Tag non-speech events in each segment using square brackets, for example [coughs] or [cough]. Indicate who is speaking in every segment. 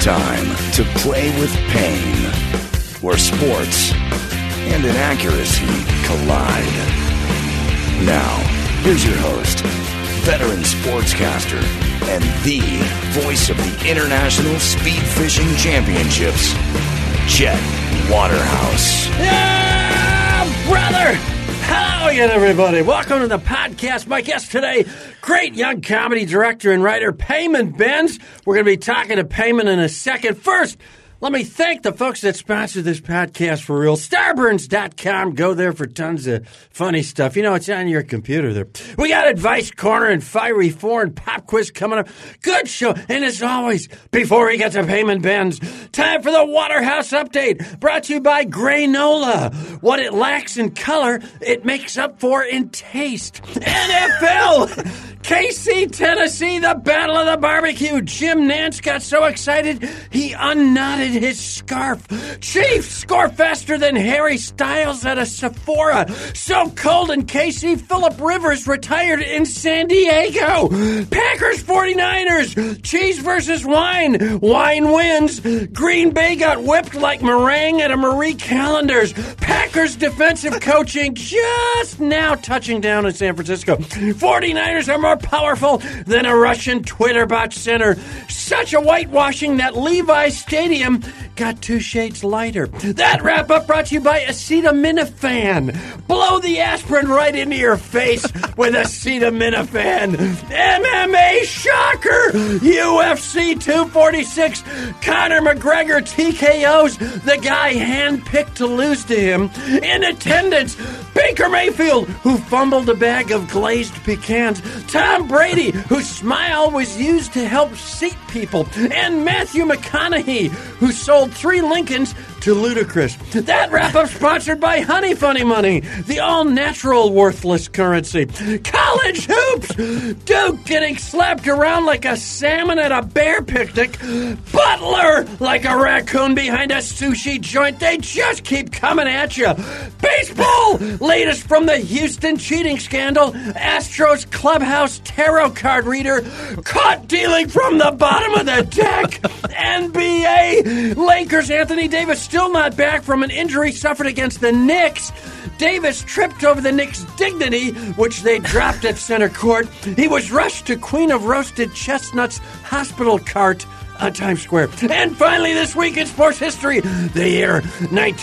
Speaker 1: Time to play with pain, where sports and inaccuracy collide. Now, here's your host, veteran sportscaster, and the voice of the International Speed Fishing Championships, Jet Waterhouse.
Speaker 2: Yeah, brother! Hello again, everybody. Welcome to the podcast. My guest today, great young comedy director and writer Payman Benz. We're going to be talking to Payman in a second. First, let me thank the folks that sponsor this podcast for real. Starburns.com. Go there for tons of funny stuff. You know, it's on your computer there. We got Advice Corner and Fiery Foreign Pop Quiz coming up. Good show. And as always, before we get to payment bends, time for the Waterhouse Update brought to you by Granola. What it lacks in color, it makes up for in taste. NFL! KC, Tennessee, the Battle of the Barbecue. Jim Nance got so excited he unknotted his scarf. Chiefs score faster than Harry Styles at a Sephora. So cold in KC, Philip Rivers retired in San Diego. Packers 49ers, cheese versus wine. Wine wins. Green Bay got whipped like meringue at a Marie Callender's. Packers defensive coaching just now touching down in San Francisco. 49ers are more powerful than a Russian Twitter bot center. Such a whitewashing that Levi's Stadium got two shades lighter. That wrap up brought to you by acetaminophen. Blow the aspirin right into your face with acetaminophen. MMA shocker! UFC 246. Conor McGregor TKOs the guy handpicked to lose to him. In attendance, Baker Mayfield, who fumbled a bag of glazed pecans. Tom Brady, whose smile was used to help seat people. And Matthew McConaughey, who sold three Lincolns to Ludacris. That wrap up sponsored by Honey Funny Money, the all natural worthless currency. College hoops! Duke getting slapped around like a salmon at a bear picnic. Butler like a raccoon behind a sushi joint. They just keep coming at you. Baseball! Latest from the Houston cheating scandal. Astros clubhouse tarot card reader caught dealing from the bottom of the deck. NBA Lakers Anthony Davis still not back from an injury suffered against the Knicks. Davis tripped over the Knicks' dignity, which they dropped at center court. He was rushed to Queen of Roasted Chestnuts hospital cart on Times Square. And finally, this week in sports history, the year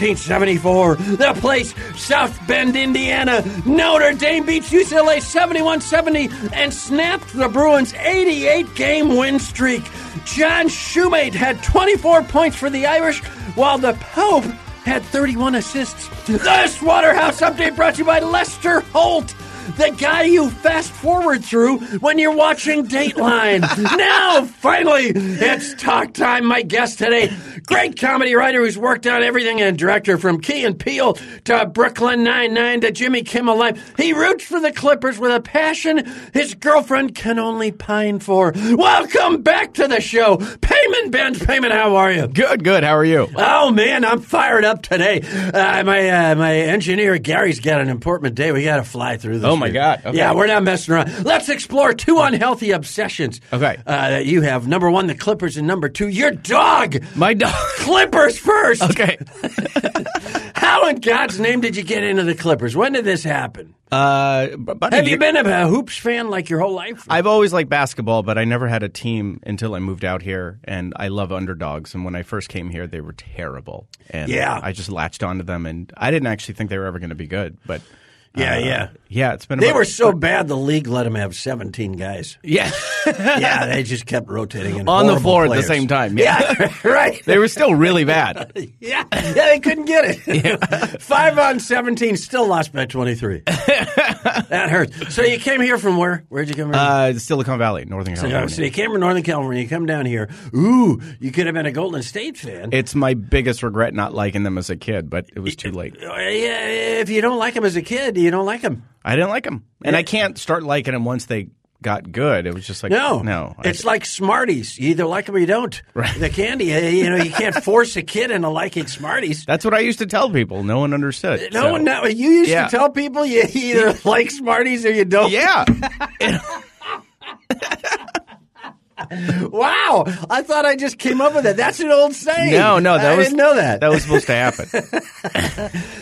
Speaker 2: 1974, the place South Bend, Indiana. Notre Dame beats UCLA 71 70 and snapped the Bruins' 88 game win streak. John Shoemate had 24 points for the Irish, while the Pope had 31 assists. This Waterhouse update brought to you by Lester Holt the guy you fast forward through when you're watching Dateline. now, finally, it's talk time. My guest today, great comedy writer who's worked on everything and director from Key and Peele to Brooklyn Nine-Nine to Jimmy Kimmel Live. He roots for the Clippers with a passion his girlfriend can only pine for. Welcome back to the show. Payment Benz, Payment, how are you?
Speaker 3: Good, good. How are you?
Speaker 2: Oh man, I'm fired up today. Uh, my uh, my engineer Gary's got an important day. We got to fly through this.
Speaker 3: Oh, my
Speaker 2: here.
Speaker 3: God. Okay.
Speaker 2: Yeah, we're not messing around. Let's explore two unhealthy obsessions.
Speaker 3: Okay.
Speaker 2: uh, that you have. Number one, the Clippers, and number two, your dog. [laughs]
Speaker 3: My dog.
Speaker 2: Clippers first.
Speaker 3: Okay.
Speaker 2: How in God's name did you get into the Clippers? When did this happen?
Speaker 3: Uh, b- buddy,
Speaker 2: Have you been a hoops fan like your whole life?
Speaker 3: I've always liked basketball, but I never had a team until I moved out here, and I love underdogs. And when I first came here, they were terrible, and
Speaker 2: Yeah.
Speaker 3: I just latched onto them, and I didn't actually think they were ever going to be good, but
Speaker 2: Yeah,
Speaker 3: uh,
Speaker 2: yeah.
Speaker 3: yeah. It's been
Speaker 2: They
Speaker 3: about-
Speaker 2: were so bad the league let them have 17 guys. [laughs]
Speaker 3: [laughs] yeah
Speaker 2: yeah, they just kept rotating and
Speaker 3: on the
Speaker 2: horrible
Speaker 3: floor at
Speaker 2: players.
Speaker 3: the same time. Yeah, [laughs]
Speaker 2: Yeah, [laughs] right.
Speaker 3: they were still
Speaker 2: [laughs]
Speaker 3: really bad.
Speaker 2: Yeah, yeah, they couldn't get it. [laughs] Five on seventeen, still lost by
Speaker 3: [laughs]
Speaker 2: twenty-three. that hurts. So you came here from where? Where'd you come from? Oh,
Speaker 3: Uh, Silicon Valley, Northern California.
Speaker 2: so you came from Northern California. You come down here. Ooh, you could have been a Golden State fan.
Speaker 3: It's my biggest regret not liking them as a kid, but it was too late.
Speaker 2: Uh, yeah, if you don't like them as a kid, you don't like them.
Speaker 3: I didn't like them, and I can't start liking them once they got good. It was just like
Speaker 2: No,
Speaker 3: no. I-
Speaker 2: It's like Smarties. You either like them or you don't.
Speaker 3: Right.
Speaker 2: The candy. uh, You know, you can't
Speaker 3: [laughs]
Speaker 2: force a kid into liking Smarties.
Speaker 3: that's what I used to tell people. No one understood.
Speaker 2: No
Speaker 3: so- [laughs]
Speaker 2: one. No, you used
Speaker 3: Yeah.
Speaker 2: to tell people you either
Speaker 3: [laughs]
Speaker 2: like Smarties or you don't.
Speaker 3: Yeah,
Speaker 2: wow, I thought I just came up with that. That's an old saying.
Speaker 3: No, no, that
Speaker 2: I
Speaker 3: was
Speaker 2: didn't know that.
Speaker 3: That was supposed
Speaker 2: [laughs]
Speaker 3: to happen.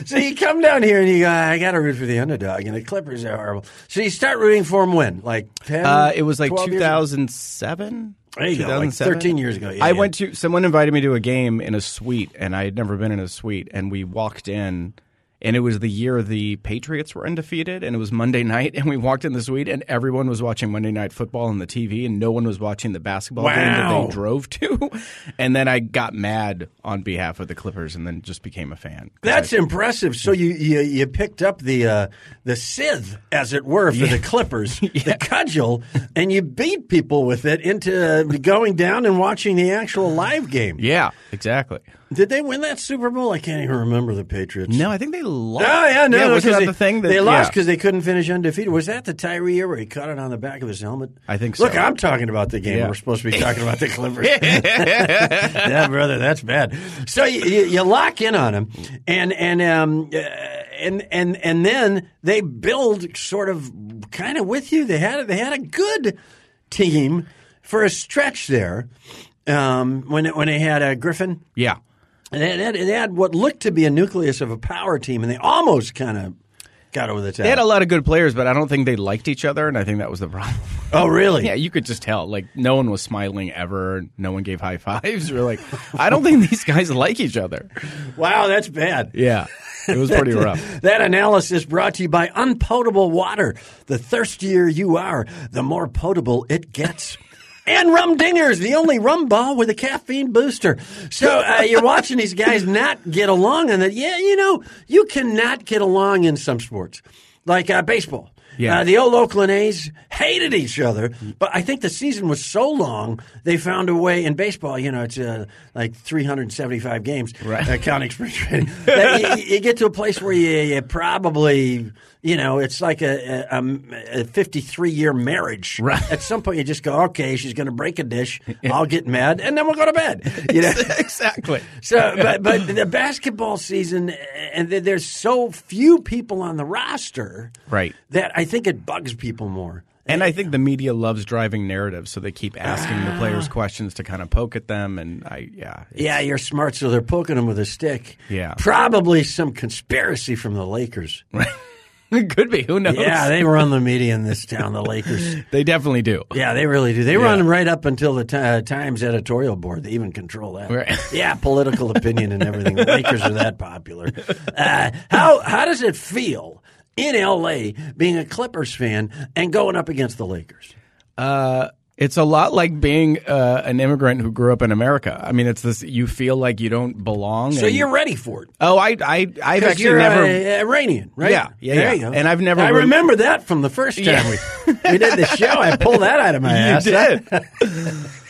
Speaker 2: so you come down here and you go, I got to root for the underdog, and the Clippers are horrible. So you start rooting for them when, like ten.
Speaker 3: Uh, it was like
Speaker 2: 12 years ago?
Speaker 3: 2007.
Speaker 2: There you go, like 13 years ago. Yeah,
Speaker 3: I
Speaker 2: yeah.
Speaker 3: went to someone invited me to a game in a suite, and I had never been in a suite. And we walked in, and it was the year the Patriots were undefeated, and it was Monday [laughs] night. And we walked in the suite, and everyone was watching Monday Night Football on the TV, and no one was watching the basketball game that
Speaker 2: Wow.
Speaker 3: they drove to. [laughs] And then I got mad on behalf of the Clippers, and then just became a fan. 'Cause
Speaker 2: That's impressive. So you, you you picked up the uh, the scythe, as it were, for the
Speaker 3: [laughs]
Speaker 2: Clippers, the cudgel, and you beat people with it into uh, going down and watching the actual live game.
Speaker 3: I- yeah, exactly.
Speaker 2: Did they win that Super Bowl? I can't even remember the Patriots.
Speaker 3: No, I think they lost.
Speaker 2: Oh yeah, no, no,
Speaker 3: was
Speaker 2: 'cause
Speaker 3: that
Speaker 2: they,
Speaker 3: the thing? That,
Speaker 2: they lost
Speaker 3: yeah. [laughs]
Speaker 2: because they couldn't finish undefeated. Was that the Tyree year where he caught it on the back of his helmet?
Speaker 3: I think
Speaker 2: Look,
Speaker 3: so.
Speaker 2: I'm talking about the game.
Speaker 3: Yeah.
Speaker 2: We're supposed
Speaker 3: [laughs]
Speaker 2: to be talking about the Clippers. [laughs] yeah, brother, that's bad. So you, you, you lock in on them, and and um, uh, and and and then they build sort of kind of with you. They had a, they had a good team for a stretch there um, when when they had uh, Griffin.
Speaker 3: Yeah.
Speaker 2: And they had, they had what looked to be a nucleus of a power team, and they almost kind of got over the top.
Speaker 3: They had a lot of good players, but I don't think they liked each other, and I think that was the problem. [laughs]
Speaker 2: oh, really?
Speaker 3: yeah, you could just tell. Like, no one was smiling ever. No one gave high fives. We're like, I don't think these guys like each other.
Speaker 2: Wow, that's bad.
Speaker 3: Yeah, it was pretty rough.
Speaker 2: That analysis brought to you by Unpotable Water. The thirstier you are, the more potable it
Speaker 3: [laughs]
Speaker 2: gets. And Rum Dingers, the only rum ball with a caffeine booster. So uh, you're watching these guys not get along, and that yeah, you know, you cannot get along in some sports, like uh, baseball.
Speaker 3: Yeah.
Speaker 2: Uh, the old Oakland A's hated each other, but I think the season was so long they found a way in baseball. You know, it's uh, like 375 games,
Speaker 3: Right.
Speaker 2: uh, counting spring training. that you- you, you get to a place where you, you probably, you know, it's like a, a- a, 53 year marriage.
Speaker 3: Right.
Speaker 2: At some point, you just go, okay, she's going to break a dish. I'll get mad, and then we'll go to bed. You know.
Speaker 3: [laughs] exactly.
Speaker 2: So, but but the basketball season, and th- there's so few people on the roster,
Speaker 3: Right.
Speaker 2: That I think it bugs people more.
Speaker 3: And I think the media loves driving narratives, so they keep asking the players questions to kind of poke at them. And I, yeah, [laughs]
Speaker 2: Yeah, you're smart, so they're poking them with a stick.
Speaker 3: Yeah.
Speaker 2: probably some conspiracy from the Lakers.
Speaker 3: it could be. Who knows?
Speaker 2: Yeah, they run the media in this town, the
Speaker 3: [laughs]
Speaker 2: Lakers.
Speaker 3: they definitely do.
Speaker 2: Yeah, they really do. They run right up until the ti- uh, Times editorial board. They even control that.
Speaker 3: Right.
Speaker 2: [laughs] Yeah, political opinion and everything. The Lakers are that popular. Uh, how how does it feel in L.A. being a Clippers fan and going up against the Lakers?
Speaker 3: Uh, it's a lot like being uh, an immigrant who grew up in America. I mean, it's this. You feel like you don't belong.
Speaker 2: So
Speaker 3: and-
Speaker 2: you're ready for it.
Speaker 3: Oh, I, I, I've
Speaker 2: 'Cause
Speaker 3: actually
Speaker 2: you're
Speaker 3: never. [laughs]
Speaker 2: uh, Iranian, right?
Speaker 3: Yeah, yeah,
Speaker 2: There
Speaker 3: yeah.
Speaker 2: you go.
Speaker 3: And I've never
Speaker 2: I
Speaker 3: re-
Speaker 2: remember that from the first time
Speaker 3: Yeah.
Speaker 2: we, we did the show. I pulled that out of my
Speaker 3: [laughs] You
Speaker 2: ass.
Speaker 3: did.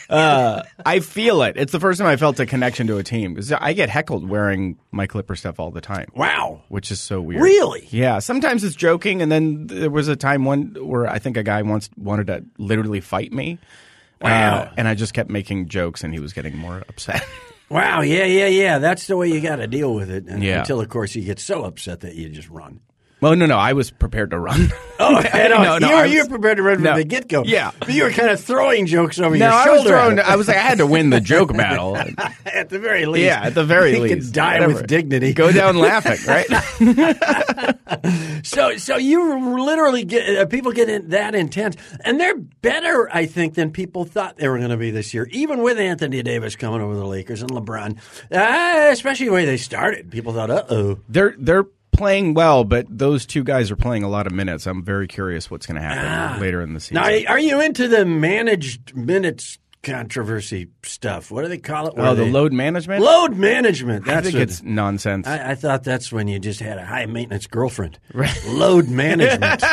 Speaker 3: uh, I feel it. It's the first time I felt a connection to a team 'Cause I get heckled wearing my Clipper stuff all the time,
Speaker 2: Wow.
Speaker 3: which is so weird.
Speaker 2: Really?
Speaker 3: Yeah. Sometimes it's joking, and then there was a time one where I think a guy once wanted to literally fight me. Uh,
Speaker 2: Wow.
Speaker 3: and I just kept making jokes, and he was getting more upset. [laughs]
Speaker 2: Wow, yeah, yeah, yeah. That's the way you got to deal with it. And,
Speaker 3: Yeah.
Speaker 2: Until, of course, you get so upset that you just
Speaker 3: [laughs]
Speaker 2: run.
Speaker 3: well, no, no, I was prepared to run. [laughs]
Speaker 2: Oh,
Speaker 3: I-
Speaker 2: no,
Speaker 3: no, no,
Speaker 2: you, were,
Speaker 3: I was-
Speaker 2: you were prepared to run from
Speaker 3: No.
Speaker 2: the get go.
Speaker 3: Yeah.
Speaker 2: But you were kind of throwing jokes over
Speaker 3: no,
Speaker 2: your
Speaker 3: I was
Speaker 2: shoulder.
Speaker 3: thrown. [laughs]
Speaker 2: at,
Speaker 3: I was like, I had to win the [laughs] joke battle.
Speaker 2: it. at the very least.
Speaker 3: Yeah, at the very
Speaker 2: [laughs] you
Speaker 3: least,
Speaker 2: could die
Speaker 3: Whatever.
Speaker 2: with dignity.
Speaker 3: Go down [laughs] laughing, right?
Speaker 2: So, so you literally get uh, people get in that intense, and they're better, I think, than people thought they were going to be this year. Even with Anthony Davis coming over the Lakers and LeBron, uh, especially the way they started, people thought, "Uh oh."
Speaker 3: They're they're playing well, but those two guys are playing a lot of minutes. I'm very curious what's going to happen later in the season.
Speaker 2: Now, are you into the managed minutes controversy stuff? What do they call it? Where
Speaker 3: oh, the
Speaker 2: they-
Speaker 3: load management.
Speaker 2: load management.
Speaker 3: I
Speaker 2: That's
Speaker 3: think
Speaker 2: what-
Speaker 3: it's nonsense.
Speaker 2: I, I thought that's when you just had a high maintenance girlfriend. Load
Speaker 3: [laughs]
Speaker 2: management.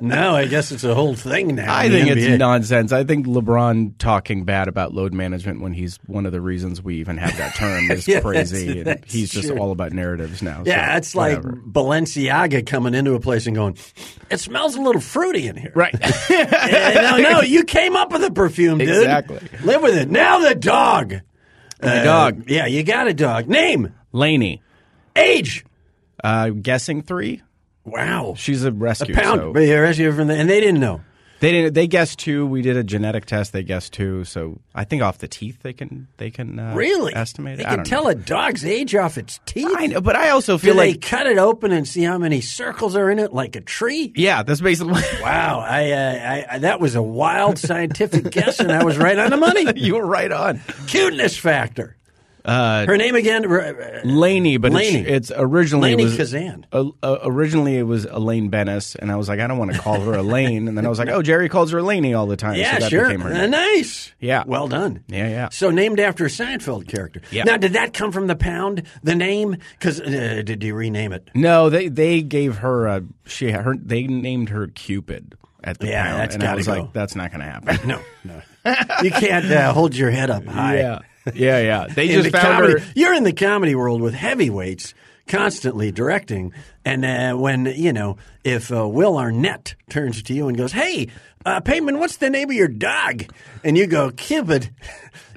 Speaker 2: no, I guess it's a whole thing now.
Speaker 3: I
Speaker 2: in the
Speaker 3: think
Speaker 2: NBA.
Speaker 3: it's nonsense. I think LeBron talking bad about load management when he's one of the reasons we even have that [laughs] term is
Speaker 2: Yeah,
Speaker 3: crazy.
Speaker 2: that's-
Speaker 3: and he's just
Speaker 2: that's true.
Speaker 3: all about narratives now.
Speaker 2: Yeah,
Speaker 3: so
Speaker 2: it's like
Speaker 3: whatever.
Speaker 2: Balenciaga coming into a place and going, "It smells a little fruity in here."
Speaker 3: right.
Speaker 2: Eh, no,
Speaker 3: [laughs]
Speaker 2: no, you came up with a perfume, dude.
Speaker 3: Exactly.
Speaker 2: Live with it. Now the dog.
Speaker 3: the [laughs] dog
Speaker 2: Yeah, you got a dog. Name,
Speaker 3: [laughs] Laney.
Speaker 2: age.
Speaker 3: Uh, guessing three.
Speaker 2: Wow.
Speaker 3: She's a rescue.
Speaker 2: Pound.
Speaker 3: so-
Speaker 2: But you're actually from the- and they didn't know.
Speaker 3: They didn't. They guessed two. We did a genetic test. They guessed two. So I think off the teeth they can they can uh,
Speaker 2: Really?
Speaker 3: estimate. it.
Speaker 2: They
Speaker 3: I
Speaker 2: can
Speaker 3: don't
Speaker 2: tell
Speaker 3: know.
Speaker 2: a dog's age off its teeth.
Speaker 3: I know, but I also
Speaker 2: Do
Speaker 3: feel
Speaker 2: they
Speaker 3: like
Speaker 2: cut it open and see how many circles are in it, like a tree?
Speaker 3: yeah, that's basically [laughs]
Speaker 2: Wow, I, uh, I, I that was a wild scientific guess, and I was right on the money.
Speaker 3: [laughs] you were right on.
Speaker 2: Cuteness factor.
Speaker 3: Uh,
Speaker 2: Her name again? R- uh,
Speaker 3: Laney, but
Speaker 2: Laney.
Speaker 3: It's, it's originally
Speaker 2: Laney
Speaker 3: it was, Oh,
Speaker 2: Kazan.
Speaker 3: o- o- originally it was Elaine Bennis, and I was like, I don't want to call
Speaker 2: [laughs]
Speaker 3: her Elaine, and then I was like, oh, Jerry calls her Laney all the time.
Speaker 2: Yeah,
Speaker 3: so that
Speaker 2: sure.
Speaker 3: Became her
Speaker 2: Uh,
Speaker 3: name.
Speaker 2: nice.
Speaker 3: Yeah.
Speaker 2: Well done.
Speaker 3: Yeah, yeah.
Speaker 2: So named after a Seinfeld character.
Speaker 3: Yeah.
Speaker 2: Now, did that come from the pound? The name? Because uh, did you rename it?
Speaker 3: No, they they gave her a she her they named her Cupid at the
Speaker 2: Yeah,
Speaker 3: pound,
Speaker 2: that's
Speaker 3: and I
Speaker 2: gotta
Speaker 3: was
Speaker 2: go.
Speaker 3: like, that's not going to happen.
Speaker 2: No,
Speaker 3: [laughs]
Speaker 2: no. you can't uh, hold your head up high.
Speaker 3: yeah, yeah, yeah. They
Speaker 2: [laughs] In the
Speaker 3: just found
Speaker 2: comedy-
Speaker 3: her.
Speaker 2: You're in the comedy world with heavyweights constantly directing. And uh, when, you know, if uh, Will Arnett turns to you and goes, Hey, uh, Payman, what's the name of your dog? And you go, Cupid,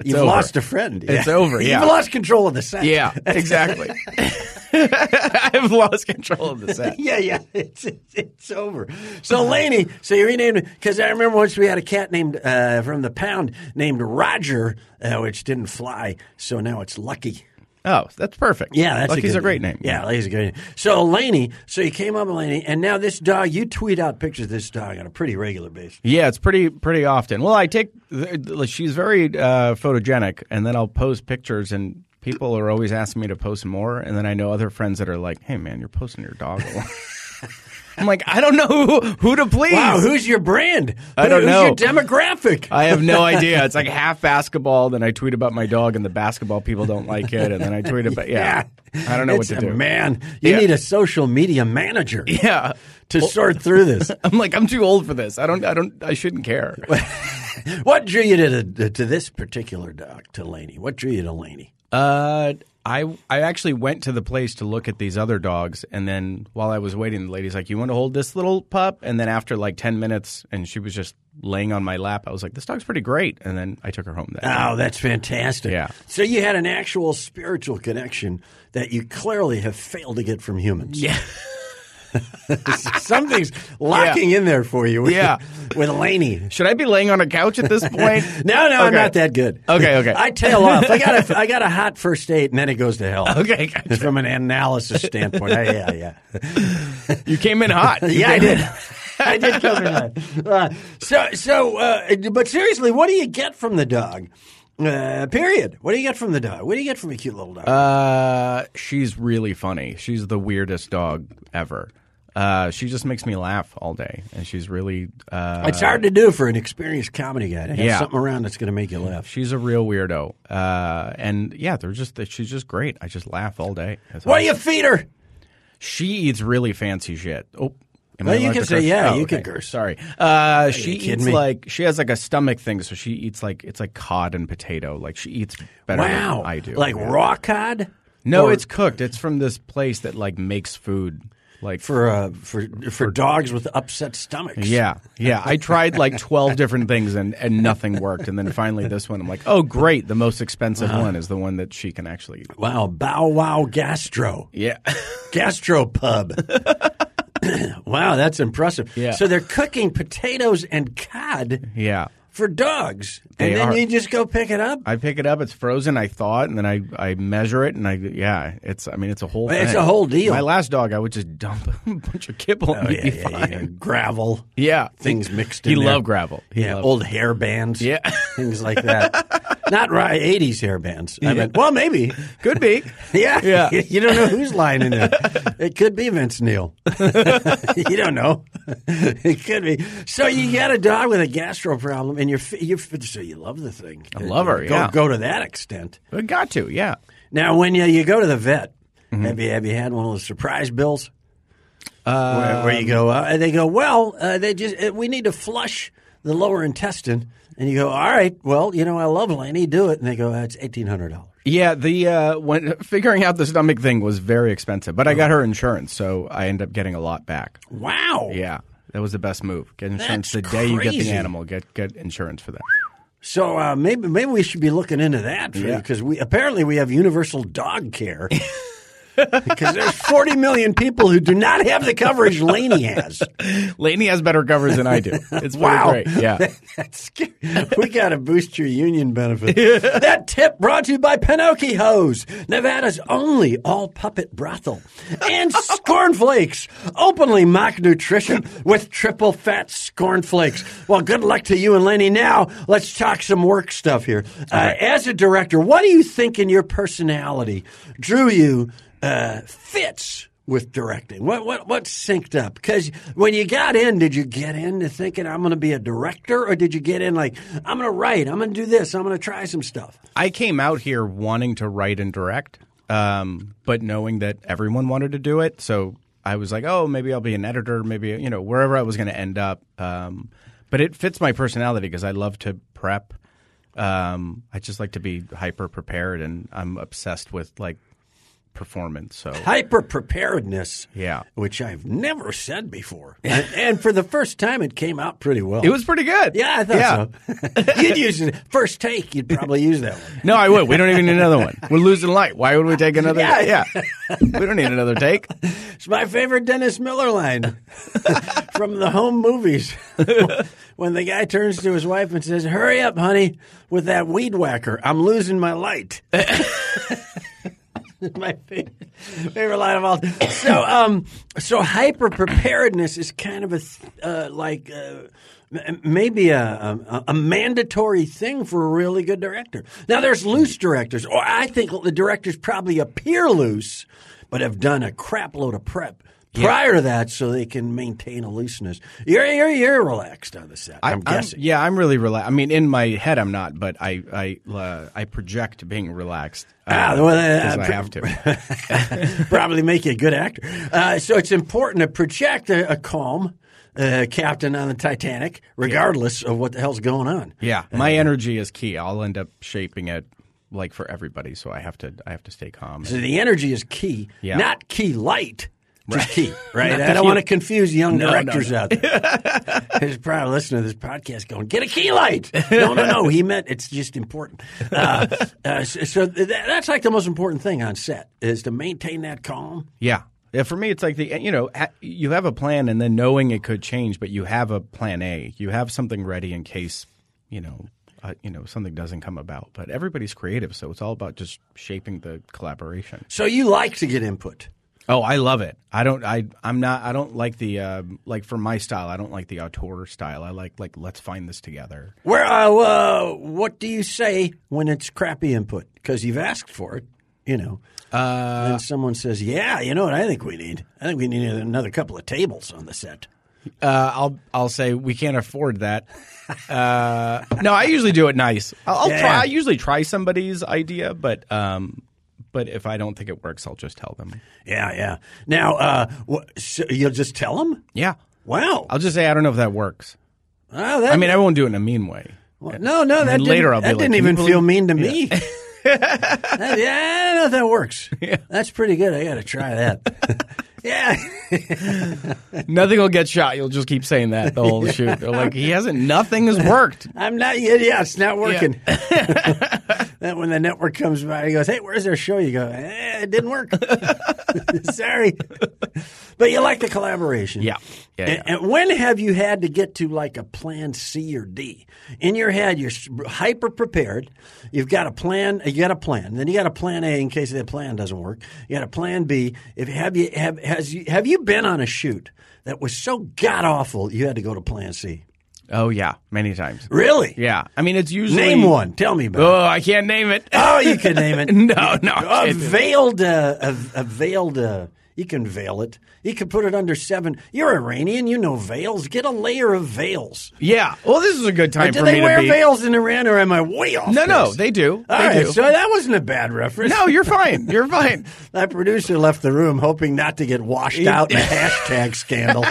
Speaker 2: you've
Speaker 3: over.
Speaker 2: lost a friend.
Speaker 3: It's over, yeah.
Speaker 2: You've lost control of the set.
Speaker 3: Yeah, exactly. [laughs] I've lost control of the set.
Speaker 2: [laughs] Yeah, yeah, it's it's, it's over. So Laney, so you renamed it because I remember once we had a cat named uh, from the pound named Roger, uh, which didn't fly. So now it's Lucky.
Speaker 3: Oh, that's perfect.
Speaker 2: Yeah, that's
Speaker 3: Lucky's
Speaker 2: a, good
Speaker 3: a great name.
Speaker 2: Yeah, Lucky's a great name. So Laney, so you came up with Laney, and now this dog. You tweet out pictures of this dog on a pretty regular basis.
Speaker 3: Yeah, it's pretty pretty often. Well, I take th- th- she's very uh, photogenic, and then I'll post pictures, and people are always asking me to post more, and then I know other friends that are like, "Hey, man, you're posting your dog." a lot." [laughs] I'm like, I don't know who, who to please.
Speaker 2: Wow, who's your brand?
Speaker 3: I don't
Speaker 2: who's
Speaker 3: know.
Speaker 2: your demographic?
Speaker 3: I have no idea. It's like half basketball. Then I tweet about my dog, and the basketball people don't like it. And then I tweet about yeah. I don't know
Speaker 2: It's
Speaker 3: what
Speaker 2: a
Speaker 3: to do.
Speaker 2: Man, you
Speaker 3: Yeah.
Speaker 2: need a social media manager
Speaker 3: [laughs] Yeah,
Speaker 2: to sort through
Speaker 3: [laughs]
Speaker 2: this.
Speaker 3: I'm like I'm too old for this. I don't. I don't. I shouldn't care.
Speaker 2: What drew you to, the, to this particular dog, to Laney? What drew you to Laney?
Speaker 3: Uh, I I actually went to the place to look at these other dogs, and then while I was waiting, the lady's like, "You want to hold this little pup?" And then after like ten minutes, and she was just laying on my lap. I was like, "This dog's pretty great," and then I took her home. That day.
Speaker 2: Oh, that's fantastic.
Speaker 3: Yeah.
Speaker 2: So you had an actual spiritual connection that you clearly have failed to get from
Speaker 3: [laughs]
Speaker 2: humans.
Speaker 3: Yeah.
Speaker 2: Something's locking in there for you with,
Speaker 3: Yeah.
Speaker 2: with Laney.
Speaker 3: Should I be laying on a couch [laughs] at this point?
Speaker 2: No, no, I'm
Speaker 3: Okay.
Speaker 2: not that good.
Speaker 3: Okay, okay.
Speaker 2: I tail off. I got a, I got a hot first date, and then it goes to hell.
Speaker 3: Okay, gotcha.
Speaker 2: From an analysis
Speaker 3: [laughs]
Speaker 2: standpoint, I, yeah, yeah.
Speaker 3: You came in hot. You
Speaker 2: Yeah, I
Speaker 3: came in-
Speaker 2: did. I did cover that. Uh, so, so, uh, but seriously, what do you get from the dog? Uh, period. What do you get from the dog? What do you get from a cute little dog?
Speaker 3: Uh, she's really funny. She's the weirdest dog ever. Uh, she just makes me laugh all day, and she's really uh,
Speaker 2: it's hard to do for an experienced comedy guy to have
Speaker 3: Yeah.
Speaker 2: something around that's going to make you laugh.
Speaker 3: She's a real weirdo, uh, and yeah, they're just she's just great. I just laugh all day. That's
Speaker 2: What
Speaker 3: all.
Speaker 2: do you feed her?
Speaker 3: She eats really fancy shit. Oh, am
Speaker 2: Well, you
Speaker 3: allowed
Speaker 2: can
Speaker 3: to
Speaker 2: say,
Speaker 3: curse?
Speaker 2: yeah,
Speaker 3: Oh,
Speaker 2: you
Speaker 3: okay.
Speaker 2: can curse.
Speaker 3: Sorry, uh, she
Speaker 2: you kidding
Speaker 3: eats
Speaker 2: me?
Speaker 3: like she has like a stomach thing, so she eats like it's like cod and potato. Like she eats better
Speaker 2: Wow,
Speaker 3: than I do.
Speaker 2: Like
Speaker 3: Yeah.
Speaker 2: raw cod?
Speaker 3: No,
Speaker 2: Or
Speaker 3: it's cooked. It's from this place that like makes food. Like
Speaker 2: for uh, for for dogs with upset stomachs.
Speaker 3: Yeah, yeah. I tried like twelve different things and, and nothing worked. And then finally, this one, I'm like, oh great, the most expensive
Speaker 2: Uh-huh.
Speaker 3: one is the one that she can actually. eat.
Speaker 2: Wow. Bow wow gastro.
Speaker 3: Yeah, [laughs]
Speaker 2: Gastropub. wow, that's impressive.
Speaker 3: Yeah.
Speaker 2: So they're cooking potatoes and cod
Speaker 3: yeah.
Speaker 2: for dogs,
Speaker 3: They
Speaker 2: and then
Speaker 3: are.
Speaker 2: you just go pick it up.
Speaker 3: I pick it up. It's frozen. I thaw it, and then I, I measure it, and I yeah. It's I mean it's a whole
Speaker 2: It's
Speaker 3: thing.
Speaker 2: a whole deal. Oh,
Speaker 3: My last dog, I would just dump a [laughs] bunch of kibble and he'd be fine.
Speaker 2: yeah. gravel.
Speaker 3: Yeah.
Speaker 2: things mixed.
Speaker 3: He
Speaker 2: in there.
Speaker 3: loved gravel. He
Speaker 2: yeah,
Speaker 3: loved-
Speaker 2: old hair bands.
Speaker 3: Yeah. [laughs]
Speaker 2: things like that. Not right '80s hair bands. I mean, well, maybe.
Speaker 3: Could be.
Speaker 2: [laughs] Yeah,
Speaker 3: Yeah.
Speaker 2: you don't know who's lying in
Speaker 3: [laughs]
Speaker 2: there. It could be Vince Neil. [laughs] you don't know. [laughs] It could be. So you got a dog with a gastro problem, and you're f- you f- so you love the thing. I
Speaker 3: love her,
Speaker 2: Go,
Speaker 3: yeah.
Speaker 2: go to that extent.
Speaker 3: But got to yeah.
Speaker 2: Now, when you you go to the vet,
Speaker 3: Mm-hmm.
Speaker 2: have you have you had one of those surprise bills? where, where you go, uh, and they go, well, uh, they just uh, we need to flush the lower intestine, and you go, all right, well, you know, I love Lanny, do it, and they go, uh, it's eighteen hundred dollars.
Speaker 3: Yeah, the uh, when figuring out the stomach thing was very expensive,
Speaker 2: Oh.
Speaker 3: but I got her insurance, so I end up getting a lot back.
Speaker 2: Wow.
Speaker 3: Yeah, that was the best move. Get insurance
Speaker 2: That's
Speaker 3: the day you get
Speaker 2: crazy.
Speaker 3: the animal. Get get insurance for that.
Speaker 2: So uh, maybe maybe we should be looking into that
Speaker 3: Yeah.
Speaker 2: because we apparently we have universal dog care. [laughs] because there's 40 million people who do not have the coverage Laney has.
Speaker 3: Laney has better covers
Speaker 2: [laughs]
Speaker 3: than I do. It's pretty
Speaker 2: Wow.
Speaker 3: great. Yeah.
Speaker 2: [laughs] That's scary. We got to boost your union benefit.
Speaker 3: [laughs]
Speaker 2: that tip brought to you by Pinocchio's, Nevada's only all puppet brothel,
Speaker 3: [laughs]
Speaker 2: and Scornflakes, openly mock nutrition with triple fat Scornflakes. Well, good luck to you and Lenny. Now, let's talk some work stuff here. Uh, as a director, what do you think in your personality drew you uh, fits? with directing? What what what synced up? Because when you got in, did you get into thinking I'm going to be a director, or did you get in like I'm going to write, I'm going to do this, I'm going to try some stuff?
Speaker 3: I came out here wanting to write and direct, um, but knowing that everyone wanted to do it, so I was like, oh, maybe I'll be an editor, maybe you know wherever I was going to end up. Um, but it fits my personality because I love to prep. Um, I just like to be hyper prepared, and I'm obsessed with like performance. So
Speaker 2: Hyper preparedness,
Speaker 3: Yeah.
Speaker 2: which I've never said before, and, and for the first time, it came out pretty well.
Speaker 3: it was pretty good.
Speaker 2: yeah, I thought so. [laughs] you'd use it first take. You'd probably use that one.
Speaker 3: No, I would. We don't even need another one. We're losing light. Why would we take another?
Speaker 2: Yeah.
Speaker 3: yeah. We don't need another take.
Speaker 2: It's my favorite Dennis Miller line [laughs] from the home movies. [laughs] when the guy turns to his wife and says, Hurry up, honey, with that weed whacker. I'm losing my light. [laughs] my favorite, favorite line of all. So, um, so hyper preparedness is kind of a th- uh, like uh, m- maybe a, a a mandatory thing for a really good director. Now, there's loose directors, or I think the directors probably appear loose, but have done a crap load of prep. Prior to that, so they can maintain a looseness. You're you're, you're relaxed on the set. I'm, guessing.
Speaker 3: yeah, I'm really relaxed. I mean, in my head, I'm not, but I I uh, I project being relaxed. uh,
Speaker 2: Ah, well, uh,
Speaker 3: 'cause I
Speaker 2: pre-
Speaker 3: have to.
Speaker 2: [laughs] probably make you a good actor. Uh, so it's important to project a, a calm uh, captain on the Titanic, regardless of what the hell's going on.
Speaker 3: Yeah, my energy is key. I'll end up shaping it like for everybody, so I have to I have to stay calm.
Speaker 2: So the energy is key,
Speaker 3: Yeah.
Speaker 2: not key light. Just
Speaker 3: [laughs]
Speaker 2: key, right?
Speaker 3: Not
Speaker 2: I
Speaker 3: the
Speaker 2: don't
Speaker 3: key-
Speaker 2: want to confuse young
Speaker 3: No, no,
Speaker 2: directors out there.
Speaker 3: [laughs]
Speaker 2: There's probably listening to this podcast going, "Get a key light." No, no, no. He meant it's just important. Uh, uh, so so th- that's like the most important thing on set is to maintain that calm.
Speaker 3: Yeah. Yeah, for me, it's like the eh, you know ha- you have a plan, and then knowing it could change, but you have a plan A. You have something ready in case you know uh, you know something doesn't come about. But everybody's creative, so it's all about just shaping the collaboration.
Speaker 2: So you like to get input.
Speaker 3: Oh, I love it. I don't. I I'm not. I don't like the um like for my style. I don't like the auteur style. I like like let's find this together.
Speaker 2: Where uh, uh, what do you say when it's crappy input? Because you've asked for it, you know. Uh, and someone says, "Yeah, you know what? I think we need. I think we need another couple of tables on the set."
Speaker 3: Uh, I'll I'll say we can't afford [laughs] that. Uh, no, I usually do it nice. I'll, I'll
Speaker 2: Yeah.
Speaker 3: try. I usually try somebody's idea, but um, but if I don't think it works, I'll just tell them.
Speaker 2: Yeah, yeah. Now, uh, wh- so you'll just tell them.
Speaker 3: Yeah,
Speaker 2: Wow.
Speaker 3: I'll just say I don't know if that works.
Speaker 2: Oh, that,
Speaker 3: I mean, I won't do it in a mean way.
Speaker 2: Well, no, no, that
Speaker 3: then
Speaker 2: didn't,
Speaker 3: later I'll
Speaker 2: that
Speaker 3: be like,
Speaker 2: didn't
Speaker 3: "Can
Speaker 2: even
Speaker 3: you
Speaker 2: feel mean
Speaker 3: believe-"
Speaker 2: to me. [laughs]
Speaker 3: [laughs]
Speaker 2: That- yeah, I don't know if that works. That's pretty good. I got to try
Speaker 3: [laughs]
Speaker 2: that. yeah.
Speaker 3: Nothing will get shot. You'll just keep saying that the [laughs] whole shoot. They're like he hasn't. Nothing has worked.
Speaker 2: I'm not. Yeah, yeah it's not
Speaker 3: [laughs]
Speaker 2: working. [laughs] that when the network comes by, he goes, "Hey, where's their show?" You go, eh, "It didn't
Speaker 3: [laughs]
Speaker 2: work. [laughs] Sorry." But you like the collaboration,
Speaker 3: Yeah. Yeah,
Speaker 2: And-
Speaker 3: yeah.
Speaker 2: and when have you had to get to like a plan C or D? In your head, you're hyper prepared. You've got a plan. You got a plan. Then you got a plan A in case that plan doesn't work. You got a plan B. If have you have has you, have you been on a shoot that was so god awful you had to go to plan C?
Speaker 3: [laughs] Oh yeah, many times.
Speaker 2: Really?
Speaker 3: Yeah, I mean it's usually
Speaker 2: Name one. Tell me about it.
Speaker 3: Oh, I can't name [laughs] it.
Speaker 2: [laughs] Oh, you can name it.
Speaker 3: [laughs] No, no, I
Speaker 2: A
Speaker 3: can't do it.
Speaker 2: veiled, uh, a, a veiled, uh, you can veil it. You can put it under seven. You're Iranian. You know veils. Get a layer of veils.
Speaker 3: Yeah. Well, this is a good time
Speaker 2: Do
Speaker 3: for
Speaker 2: they
Speaker 3: me
Speaker 2: wear
Speaker 3: to be.
Speaker 2: veils in Iran or am I way off?
Speaker 3: No, no,
Speaker 2: base?
Speaker 3: they do.
Speaker 2: All
Speaker 3: they
Speaker 2: right,
Speaker 3: do.
Speaker 2: so that wasn't a bad reference.
Speaker 3: [laughs] no, you're fine. You're fine.
Speaker 2: My producer left the room hoping not to get washed out in
Speaker 3: [laughs]
Speaker 2: a hashtag scandal.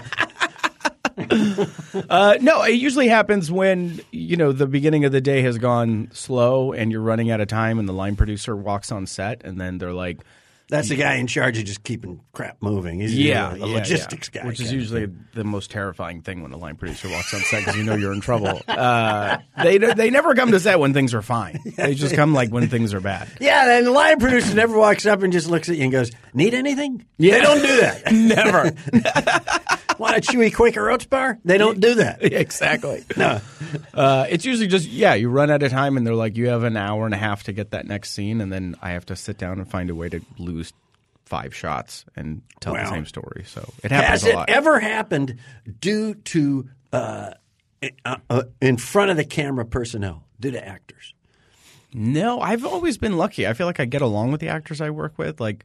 Speaker 3: Uh, no, it usually happens when you know the beginning of the day has gone slow and you're running out of time, and the line producer walks on set, and then they're like,
Speaker 2: That's the guy in charge of just keeping crap moving. He's
Speaker 3: Yeah,
Speaker 2: a
Speaker 3: yeah,
Speaker 2: logistics
Speaker 3: yeah.
Speaker 2: guy.
Speaker 3: which is
Speaker 2: kinda.
Speaker 3: usually the most terrifying thing when a line producer walks on set because you know you're in [laughs] trouble. Uh, they they never come to set when things are fine. They just come like when things are bad.
Speaker 2: Yeah, and the line producer never walks up and just looks at you and goes, "Need anything?" They don't do
Speaker 3: [laughs]
Speaker 2: that.
Speaker 3: [laughs] never.
Speaker 2: Want a chewy Quaker Oats bar? They don't do [laughs] that.
Speaker 3: exactly. [laughs] No. Uh, it's usually just yeah, you run out of time, and they're like, you have an hour and a half to get that next scene, and then I have to sit down and find a way to lose five shots and tell
Speaker 2: Wow.
Speaker 3: the same story. So it happens
Speaker 2: Has
Speaker 3: a
Speaker 2: it
Speaker 3: lot.
Speaker 2: ever happened due to uh, i- uh, uh, in front of the camera personnel, due to actors?
Speaker 3: No, I've always been lucky. I feel like I get along with the actors I work with. Like,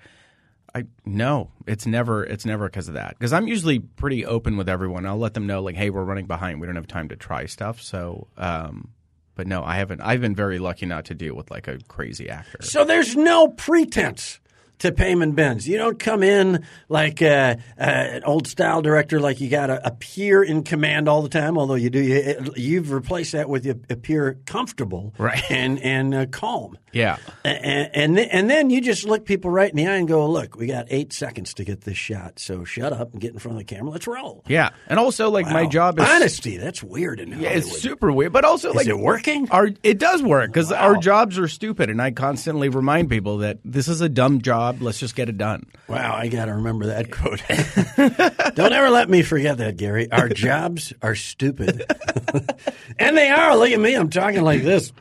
Speaker 3: I no, it's never it's never because of that. Because I'm usually pretty open with everyone. I'll let them know like, hey, we're running behind. We don't have time to try stuff. So, um, but no, I haven't. I've been very lucky not to deal with like a crazy actor.
Speaker 2: So there's no pretense to Payman Benz. You don't come in like uh, uh, an old style director, like you got to appear in command all the time. Although you do, you, you've replaced that with you appear comfortable,
Speaker 3: Right.
Speaker 2: and and uh, calm.
Speaker 3: Yeah.
Speaker 2: A- and and then, and then you just look people right in the eye and go, "Look, we got eight seconds to get this shot. So shut up and get in front of the camera. Let's roll."
Speaker 3: Yeah, and also like my
Speaker 2: Wow.
Speaker 3: job is
Speaker 2: honesty. That's weird in
Speaker 3: Yeah,
Speaker 2: Hollywood.
Speaker 3: it's super weird, but also like
Speaker 2: it working?
Speaker 3: Our it does work because our jobs are stupid, and I constantly remind people that this is a dumb job. Let's just get it done.
Speaker 2: Wow, I got to remember that quote. Don't ever let me forget that, Gary. Our jobs are stupid. and they are. Look at me. I'm talking like this.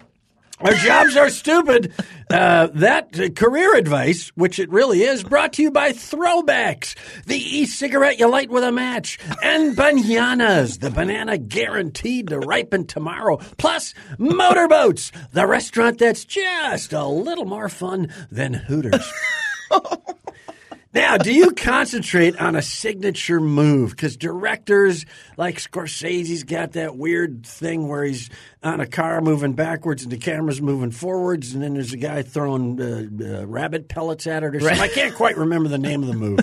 Speaker 2: Our jobs are stupid. Uh, that uh, career advice, which it really is, brought to you by Throwbacks, the e cigarette you light with a match, and Bananas, the banana guaranteed to ripen tomorrow, plus Motorboats, the restaurant that's just a little more fun than Hooters. Now, do you concentrate on a signature move? Because directors like Scorsese's got that weird thing where he's on a car moving backwards and the camera's moving forwards, and then there's a guy throwing uh, uh, rabbit pellets at it or something. I can't quite remember the name of the move.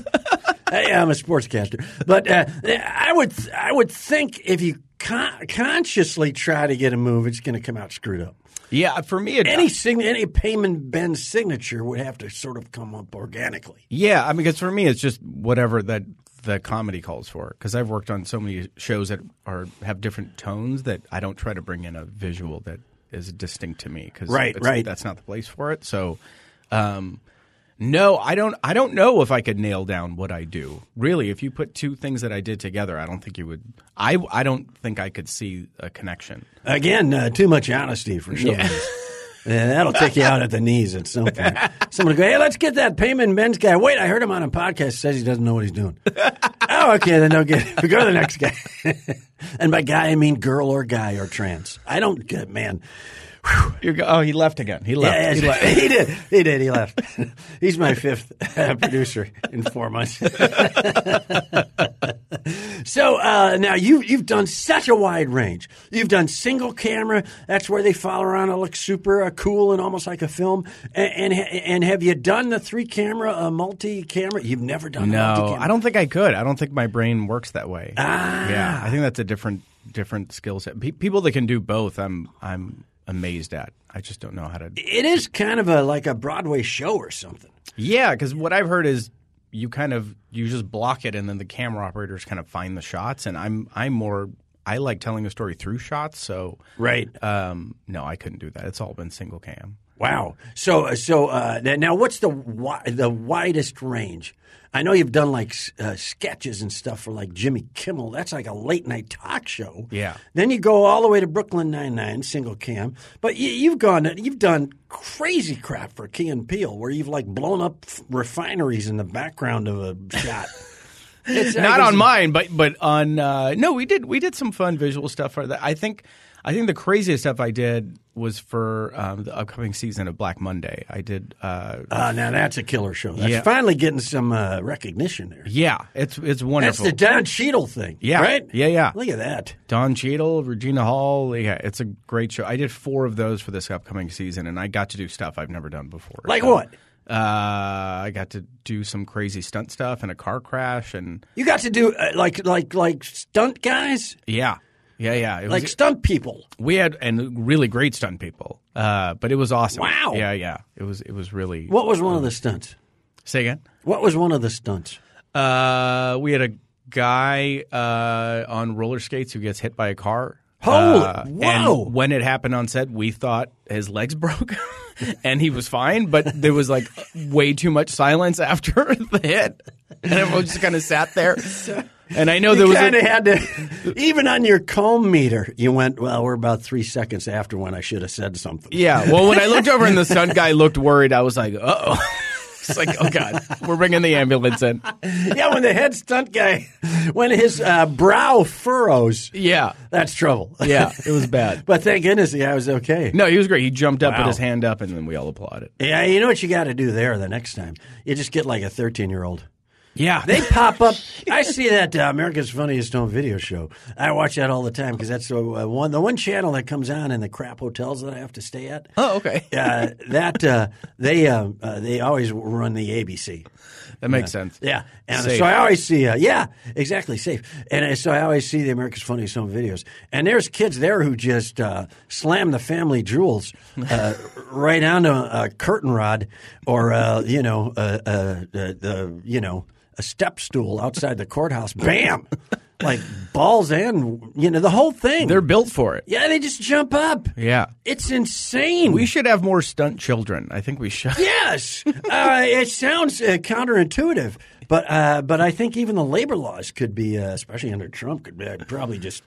Speaker 2: hey, I'm a sportscaster, but uh, I would I would think if you con- consciously try to get a move, it's going to come out screwed up.
Speaker 3: Yeah, for me, it,
Speaker 2: Any sign- any payment Ben signature would have to sort of come up organically.
Speaker 3: yeah, I mean, because for me, it's just whatever that the comedy calls for. Because I've worked on so many shows that are have different tones that I don't try to bring in a visual that is distinct to me. Because
Speaker 2: Right, right.
Speaker 3: that's not the place for it. So. Um, No, I don't. I don't know if I could nail down what I do. Really, if you put two things that I did together, I don't think you would. I I don't think I could see a connection.
Speaker 2: Again, uh, too much honesty for some of us. [laughs] Yeah, that'll take you out at the knees at some point. Someone will go, hey, let's get that payment men's guy. Wait, I heard him on a podcast. Says he doesn't know what he's doing. oh, okay, then don't get. [laughs] We go to the next guy. and by guy, I mean girl or guy or trans. I don't get man.
Speaker 3: [laughs] You're go, oh, he left again. He left.
Speaker 2: Yeah,
Speaker 3: he
Speaker 2: yeah, [laughs]
Speaker 3: left.
Speaker 2: he did. He did. He left. [laughs] He's my fifth uh, producer in four months. [laughs] so uh, now you you've done such a wide range. You've done single camera. That's where they follow around and look super uh, cool and almost like a film. And and, and have you done the three camera, uh, multi camera? You've never done a
Speaker 3: No,
Speaker 2: multi-camera.
Speaker 3: I don't think I could. I don't think my brain works that way.
Speaker 2: Ah.
Speaker 3: Yeah, I think that's a different different skill set. Pe- people that can do both, I'm I'm amazed at. I just don't know how to.
Speaker 2: It is kind of a like a Broadway show or something.
Speaker 3: Yeah, because what I've heard is you kind of you just block it, and then the camera operators kind of find the shots. And I'm I'm more I like telling a story through shots. So
Speaker 2: Right.
Speaker 3: um, no, I couldn't do that. It's all been single cam.
Speaker 2: Wow. So so uh, th- now, what's the wi- the widest range? I know you've done like s- uh, sketches and stuff for like Jimmy Kimmel. That's like a late night talk show.
Speaker 3: Yeah.
Speaker 2: Then you go all the way to Brooklyn Nine Nine single cam. But you, you've gone uh, you've done crazy crap for Key and Peele, where you've like blown up f- refineries in the background of a shot. [laughs] It's- uh, I
Speaker 3: Not
Speaker 2: guess-
Speaker 3: on mine, but but on uh, no, we did we did some fun visual stuff for that. I think I think the craziest stuff I did was for um, the upcoming season of Black Monday. I did uh,
Speaker 2: Uh, now that's a killer show. That's
Speaker 3: Yeah.
Speaker 2: finally getting some uh, recognition there.
Speaker 3: yeah, it's it's
Speaker 2: That's
Speaker 3: wonderful.
Speaker 2: the Don Cheadle thing.
Speaker 3: Yeah.
Speaker 2: Right.
Speaker 3: Yeah, yeah.
Speaker 2: Look at that.
Speaker 3: Don Cheadle, Regina Hall, yeah, it's a great show. I did four of those for this upcoming season, and I got to do stuff I've never done before.
Speaker 2: Like what?
Speaker 3: Uh, I got to do some crazy stunt stuff and a car crash, and
Speaker 2: You got to do uh, like like like stunt guys,
Speaker 3: yeah, yeah, yeah. It was-
Speaker 2: like stunt people.
Speaker 3: We had and really great stunt people, uh, but it was awesome.
Speaker 2: Wow.
Speaker 3: Yeah, yeah. It was it was really
Speaker 2: What was one of the stunts?
Speaker 3: Say again.
Speaker 2: What was one of the stunts?
Speaker 3: Uh, we had a guy uh, on roller skates who gets hit by a car.
Speaker 2: Holy-
Speaker 3: Uh, and
Speaker 2: whoa.
Speaker 3: when it happened on set, we thought his legs [laughs] broke, and he was fine. But there was like way too much silence after [laughs] the hit, and everyone just kind of sat there. And I know there
Speaker 2: You
Speaker 3: was a-
Speaker 2: kind of had to, [laughs] even on your comb meter, you went, well, we're about three seconds after when I should have said something.
Speaker 3: yeah. Well, when I looked over and the stunt guy looked worried, I was like, "Uh oh." [laughs] It's like, oh god, we're bringing the ambulance in.
Speaker 2: [laughs] yeah, when the head stunt guy, [laughs] when his uh, brow furrows,
Speaker 3: Yeah,
Speaker 2: that's trouble. [laughs]
Speaker 3: yeah, it was bad.
Speaker 2: but thank goodness the guy was okay.
Speaker 3: No, he was great. He jumped up, put
Speaker 2: Wow.
Speaker 3: his hand up, and then we all applauded.
Speaker 2: Yeah, you know what you got to do there the next time? You just get like a 13 year old.
Speaker 3: Yeah,
Speaker 2: They pop up. I see that uh, America's Funniest Home Video Show. I watch that all the time because that's the uh, one the one channel that comes on in the crap hotels that I have to stay at.
Speaker 3: Oh,
Speaker 2: [laughs]
Speaker 3: okay.
Speaker 2: Uh, that uh, they uh, uh, they always run the ABC.
Speaker 3: That makes sense.
Speaker 2: Yeah, and
Speaker 3: Safe.
Speaker 2: so I always see. Uh, yeah, exactly, safe. And uh, so I always see the America's Funniest Home Videos, and there's kids there who just uh, slam the family jewels
Speaker 3: [laughs]
Speaker 2: uh, right onto a, a curtain rod or uh, you know uh, uh, the, the you know a step stool outside the
Speaker 3: [laughs]
Speaker 2: courthouse. Bam, like balls and you know the whole thing.
Speaker 3: They're built for it.
Speaker 2: yeah, they just jump up.
Speaker 3: Yeah.
Speaker 2: It's insane.
Speaker 3: We should have more stunt children. I think we should.
Speaker 2: Yes, uh, it sounds uh, counterintuitive, but uh, but I think even the labor laws could be, uh, especially under Trump, could be, uh, probably just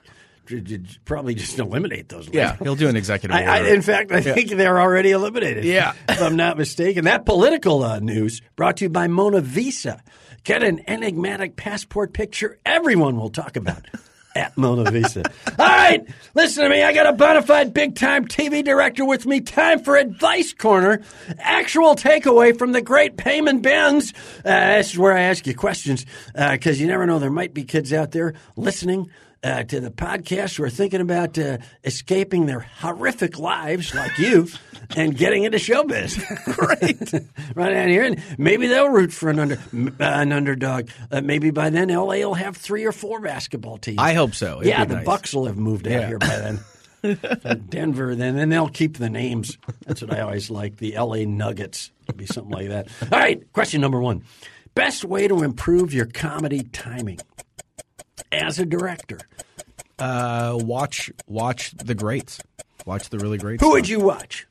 Speaker 2: j- j- probably just eliminate those. labor
Speaker 3: [laughs] Yeah,
Speaker 2: laws.
Speaker 3: he'll do an executive
Speaker 2: I, I,
Speaker 3: order.
Speaker 2: in fact, I think they're already eliminated.
Speaker 3: Yeah.
Speaker 2: if I'm not mistaken. That political uh, news brought to you by Mona Visa. Get an enigmatic passport picture everyone will talk
Speaker 3: [laughs]
Speaker 2: about. At Mona Visa. All right, listen to me. I got a bona fide big time TV director with me. Time for Advice Corner. Actual takeaway from the great Payman Benz. Uh, this is where I ask you questions because you never know. There might be kids out there listening uh, to the podcast who are thinking about uh, escaping their horrific lives like
Speaker 3: [laughs]
Speaker 2: you and getting into showbiz. right. right out here. And maybe they'll root for an, under, m- uh, an underdog. Uh, maybe by then LA will have three or four basketball teams.
Speaker 3: I hope so. It'd
Speaker 2: yeah,
Speaker 3: be
Speaker 2: the
Speaker 3: nice.
Speaker 2: Bucks will have moved out
Speaker 3: Yeah.
Speaker 2: here by then.
Speaker 3: [laughs]
Speaker 2: From Denver, then, and they'll keep the names. That's what I always like. The LA Nuggets would be something like that. All right, question number one Best way to improve your comedy timing as a director?
Speaker 3: Uh, watch, watch the greats. Watch the really greats.
Speaker 2: Who would you watch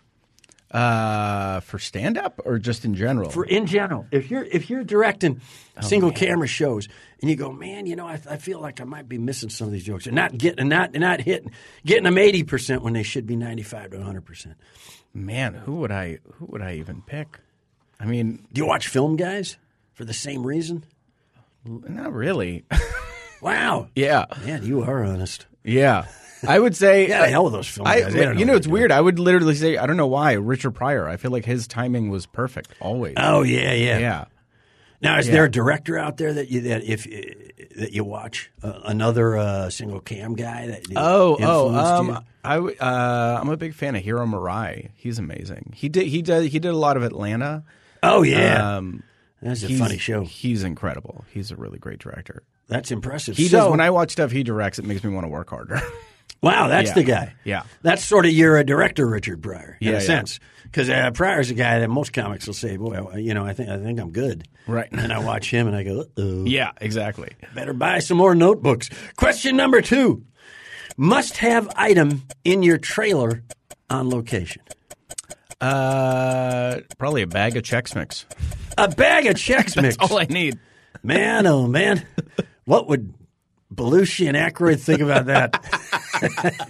Speaker 3: Uh, for stand up or just in general?
Speaker 2: for in general? If you're if you're directing
Speaker 3: Oh,
Speaker 2: single camera shows and you go, man, you know, I, I feel like I might be missing some of these jokes and not getting not not hitting getting them eighty percent when they should be ninety five to one hundred percent.
Speaker 3: Man, who would I? Who would I even pick? I mean,
Speaker 2: Do you watch film guys for the same reason?
Speaker 3: not really. [laughs]
Speaker 2: Wow,
Speaker 3: yeah,
Speaker 2: man, you are honest.
Speaker 3: yeah. I would say. uh,
Speaker 2: Yeah, the hell with those film
Speaker 3: I,
Speaker 2: guys. They don't
Speaker 3: you know,
Speaker 2: what
Speaker 3: it's
Speaker 2: they're
Speaker 3: weird. I would literally say, I don't know why, Richard Pryor. I feel like his timing was perfect always.
Speaker 2: doing. Oh yeah, yeah.
Speaker 3: yeah.
Speaker 2: Now, is there a director out there that you that if that you watch uh, another uh, single cam guy that
Speaker 3: Oh, oh,
Speaker 2: influenced you?
Speaker 3: um, I w- uh, I'm a big fan of Hiro Murai. He's amazing. He did he did he did a lot of Atlanta.
Speaker 2: oh yeah,
Speaker 3: Um,
Speaker 2: that's a
Speaker 3: he's-
Speaker 2: funny show.
Speaker 3: He's incredible. He's a really great director.
Speaker 2: That's impressive.
Speaker 3: He
Speaker 2: so,
Speaker 3: does. When I watch stuff he directs, it makes me want to work harder. [laughs]
Speaker 2: wow, that's
Speaker 3: Yeah.
Speaker 2: the guy.
Speaker 3: Yeah.
Speaker 2: that's sort of your uh, director, Richard Pryor, in
Speaker 3: Yeah,
Speaker 2: a
Speaker 3: yeah.
Speaker 2: sense, because uh, Pryor's a guy that most comics will say, "Boy, I- you know, I think I think I'm good."
Speaker 3: Right. [laughs]
Speaker 2: And I watch him, and I go, "Oh,
Speaker 3: yeah, exactly.
Speaker 2: better buy some more notebooks." Question number two: Must-have item in your trailer on location.
Speaker 3: Uh, probably a bag of Chex Mix. [laughs]
Speaker 2: A bag of Chex Mix.
Speaker 3: All I need.
Speaker 2: Man, oh man, what would Belushi and Aykroyd think about that? [laughs]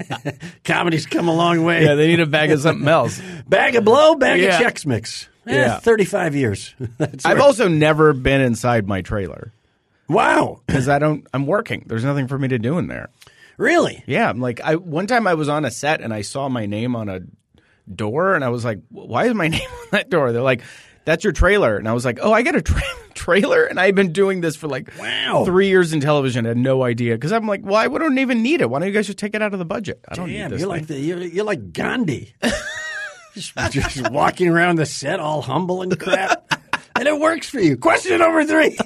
Speaker 2: Comedy's come a long way.
Speaker 3: Yeah, they need a bag of something else.
Speaker 2: Bag of blow, bag
Speaker 3: Yeah.
Speaker 2: of Chex Mix. Eh,
Speaker 3: Yeah.
Speaker 2: 35 years. [laughs] That's
Speaker 3: [laughs] I've
Speaker 2: right.
Speaker 3: also never been inside my trailer
Speaker 2: Wow.
Speaker 3: because I don't. I'm working. There's nothing for me to do in there.
Speaker 2: Really?
Speaker 3: Yeah, I'm like I one time I was on a set and I saw my name on a door and I was like, "Why is my [laughs] name on that door?" They're like, "That's your trailer," and I was like, "Oh, I got a tra- [laughs] trailer," and I've been doing this for like
Speaker 2: Wow.
Speaker 3: three years in television. I had no idea because I'm like, "Why? Well, I don't even need it. Why don't you guys just take it out of the budget? I don't
Speaker 2: Damn, you're
Speaker 3: need this."
Speaker 2: like
Speaker 3: thing."
Speaker 2: the, you're, you're like Gandhi. just, just walking around the set all humble and crap. And it works for you. Question number three.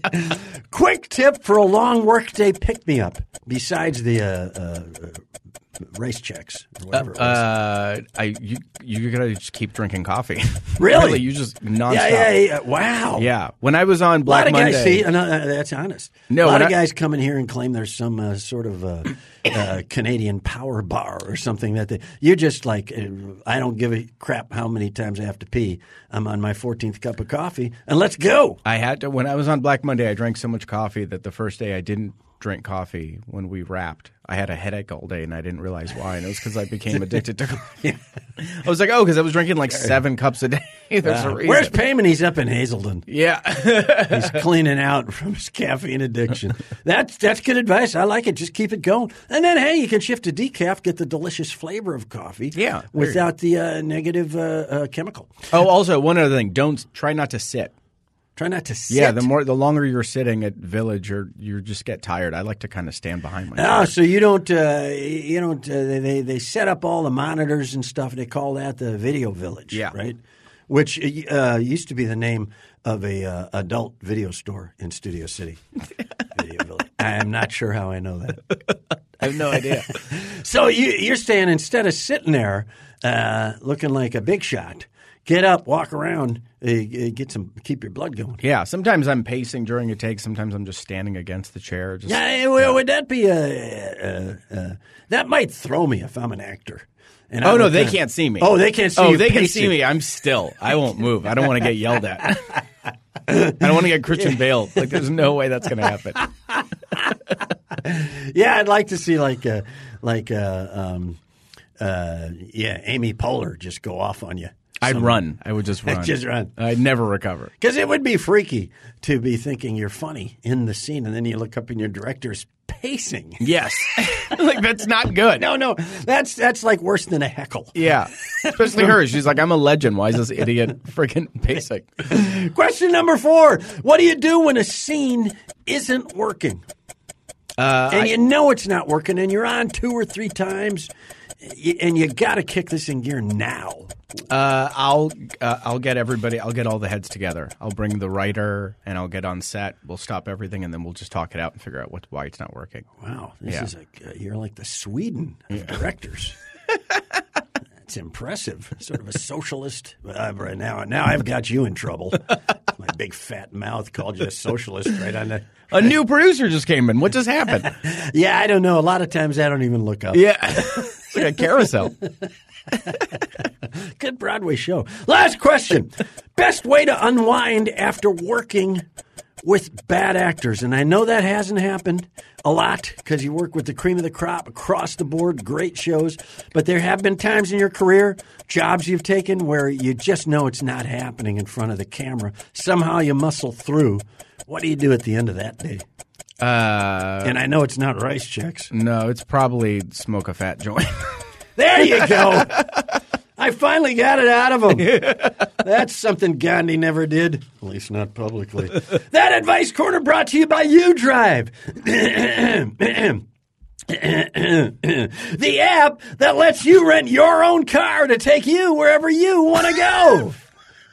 Speaker 2: [laughs] Quick tip for a long workday pick me up besides the uh, uh, race checks or whatever it was.
Speaker 3: Uh, I you you gotta just keep drinking coffee. [laughs]
Speaker 2: Really?
Speaker 3: you just nonstop.
Speaker 2: yeah, yeah, yeah. Wow.
Speaker 3: Yeah. When I was on
Speaker 2: A lot
Speaker 3: Black
Speaker 2: of
Speaker 3: Monday,
Speaker 2: guys see, and, uh, uh, that's honest.
Speaker 3: No,
Speaker 2: a lot
Speaker 3: when
Speaker 2: of
Speaker 3: I-
Speaker 2: guys come in here and claim there's some uh, sort of uh, uh, Canadian power bar or something that they, you're just like, uh, I don't give a crap how many times I have to pee. I'm on my 14th cup of coffee, and let's go.
Speaker 3: I had to. When I was on Black Monday, I drank so much coffee that the first day I didn't drink coffee when we wrapped. I had a headache all day and I didn't realize why. And it was because I became addicted to coffee. [laughs] I was like, oh, because I was drinking like seven cups a day. [laughs] There's a reason.
Speaker 2: Where's Payman? He's up in Hazelden.
Speaker 3: [laughs] yeah.
Speaker 2: He's cleaning out from his caffeine
Speaker 3: [laughs]
Speaker 2: addiction. That's that's good advice. I like it. Just keep it going, and then hey, you can shift to decaf, get the delicious flavor of coffee,
Speaker 3: Yeah, there you
Speaker 2: without the uh, negative uh, uh, chemical.
Speaker 3: [laughs] oh, also, one other thing. Don't try not to sit.
Speaker 2: Try not to sit.
Speaker 3: Yeah, the more the longer you're sitting at Village, you're you just get tired. I like to kind of stand [laughs] behind my.
Speaker 2: Oh, so you don't, uh, you don't. Uh, they- they they set up all the monitors and stuff. They call that the video village,
Speaker 3: Yeah.
Speaker 2: right? Which uh, used to be the name of a uh, adult video store in Studio City.
Speaker 3: [laughs]
Speaker 2: video village. I am not sure how I know that.
Speaker 3: I have no idea.
Speaker 2: So you, you're saying instead of sitting there uh, looking like a big shot, get up, walk around, uh, uh, get some, keep your blood going.
Speaker 3: yeah, sometimes I'm pacing during a take. Sometimes I'm just standing against the chair. Just,
Speaker 2: Yeah, eh, well, would that be a, uh uh that might throw me if I'm an actor. And I
Speaker 3: Oh no,
Speaker 2: would
Speaker 3: they
Speaker 2: kinda-
Speaker 3: can't see me.
Speaker 2: Oh, they can't see.
Speaker 3: Oh,
Speaker 2: you
Speaker 3: they can
Speaker 2: pacing.
Speaker 3: see me. I'm still. I won't move. I don't want to get yelled at. I don't want to get Christian Bale. Like, there's no way that's going to happen.
Speaker 2: Yeah, I'd like to see like uh, like uh, um, uh, yeah, Amy Poehler just go off on you.
Speaker 3: I'd run. I would just run.
Speaker 2: Just run.
Speaker 3: I'd never recover.
Speaker 2: Because it would be freaky to be thinking you're funny in the scene, and then you look up and your director's pacing. [laughs]
Speaker 3: Yes. [laughs] like that's not good.
Speaker 2: No, no, that's that's like worse than a heckle.
Speaker 3: Yeah. Especially her. She's like, I'm a legend. Why is this idiot freaking basic?
Speaker 2: Question number four: What do you do when a scene isn't working, and you know it's not working, and you're on two or three times, y- and you got to kick this in gear now?
Speaker 3: Uh, I'll uh, I'll get everybody. I'll get all the heads together. I'll bring the writer and I'll get on set. We'll stop everything and then we'll just talk it out and figure out what why it's not working.
Speaker 2: Wow, this
Speaker 3: Yeah.
Speaker 2: is a you're like the Sweden of
Speaker 3: [laughs]
Speaker 2: directors. That's impressive. [laughs] Sort of a socialist. Uh, right now, now I've got you in trouble. [laughs] My big fat mouth called you a socialist right on the.
Speaker 3: A new producer just came in. What just happened?
Speaker 2: Yeah, I don't know. A lot of times I don't even look up.
Speaker 3: Yeah, [laughs] it's like a carousel.
Speaker 2: [laughs] Good Broadway show. Last question. Best way to unwind after working with bad actors. And I know that hasn't happened a lot because you work with the cream of the crop across the board, great shows. But there have been times in your career, jobs you've taken, where you just know it's not happening in front of the camera. Somehow you muscle through. What do you do at the end of that day?
Speaker 3: Uh,
Speaker 2: And I know it's not rice checks.
Speaker 3: no, it's probably smoke a fat joint. [laughs]
Speaker 2: There you [laughs] go. I finally got it out of him. That's something Gandhi never did, at least not publicly. that advice corner brought to you by U Drive. [clears throat] [coughs] the app that lets you rent your own car to take you wherever you want to
Speaker 3: [laughs]
Speaker 2: go.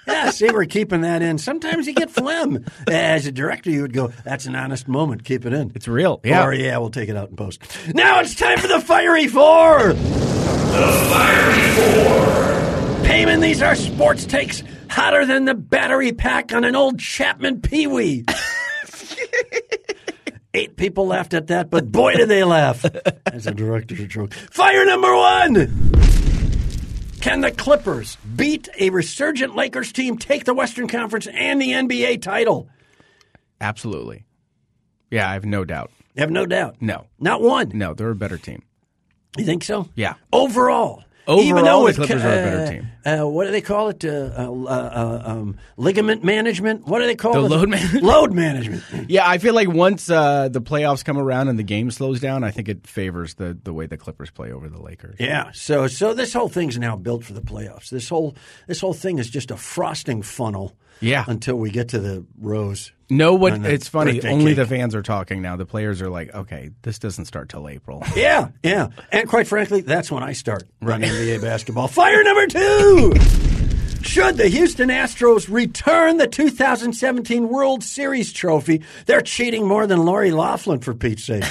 Speaker 2: Yeah, see, we're keeping that in. Sometimes you get phlegm. As a director, you would go, that's an honest moment. Keep it in.
Speaker 3: It's real. Yeah.
Speaker 2: Or, yeah, we'll take it out in post. Now it's time for the Fiery Four. The Fiery Four. Payman, these are sports takes hotter than the battery pack on an old Chapman Pee Wee. Eight people laughed at that, but boy, did they laugh. [laughs] As a director's joke. Fire number one. Can the Clippers beat a resurgent Lakers team, take the Western Conference and the NBA title?
Speaker 3: Absolutely. Yeah, I have no doubt.
Speaker 2: You have no doubt.
Speaker 3: No,
Speaker 2: Not one.
Speaker 3: no, they're a better team.
Speaker 2: You think so?
Speaker 3: Yeah.
Speaker 2: Overall.
Speaker 3: Overall,
Speaker 2: Even though
Speaker 3: the
Speaker 2: with
Speaker 3: Clippers
Speaker 2: ca-
Speaker 3: are a better
Speaker 2: uh,
Speaker 3: team.
Speaker 2: Uh, what do they call it? Uh, uh, uh, um, ligament management? What do they call
Speaker 3: The
Speaker 2: it?
Speaker 3: load management.
Speaker 2: Load management.
Speaker 3: Yeah, I feel like once uh, the playoffs come around and the game slows down, I think it favors the the way the Clippers play over the Lakers.
Speaker 2: Yeah. So so this whole thing's now built for the playoffs. This whole this whole thing is just a frosting funnel.
Speaker 3: Yeah.
Speaker 2: Until we get to the rose.
Speaker 3: No, what
Speaker 2: And the
Speaker 3: it's funny.
Speaker 2: birthday cake.
Speaker 3: Only the fans are talking now. The players are like, okay, this doesn't start till [laughs] April.
Speaker 2: Yeah, yeah. And quite frankly, that's when I start running NBA basketball. Fire number two! Should the Houston Astros return the 2017
Speaker 3: [laughs]
Speaker 2: World Series trophy, they're cheating more than Lori Laughlin, for Pete's sake.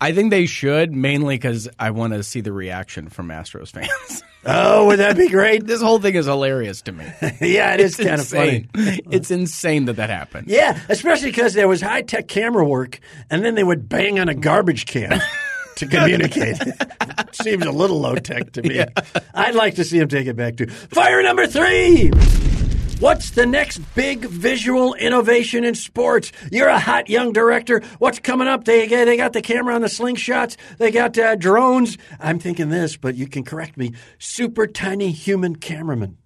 Speaker 3: I think they should mainly because I want to see the reaction from Astros [laughs] fans.
Speaker 2: Oh, would that be great? [laughs]
Speaker 3: this whole thing is hilarious to me.
Speaker 2: yeah, it is kind of funny.
Speaker 3: insane. [laughs] It's insane that that happened.
Speaker 2: Yeah, especially because there was high tech camera work, and then they would bang on a garbage
Speaker 3: [laughs]
Speaker 2: can to communicate. Seems a little low tech to me. I'd like to see him take it back too. Fire number three. What's the next big visual innovation in sports? You're a hot young director. What's coming up? They they got the camera on the slingshots. They got uh, drones. I'm thinking this, but you can correct me. Super tiny human cameraman,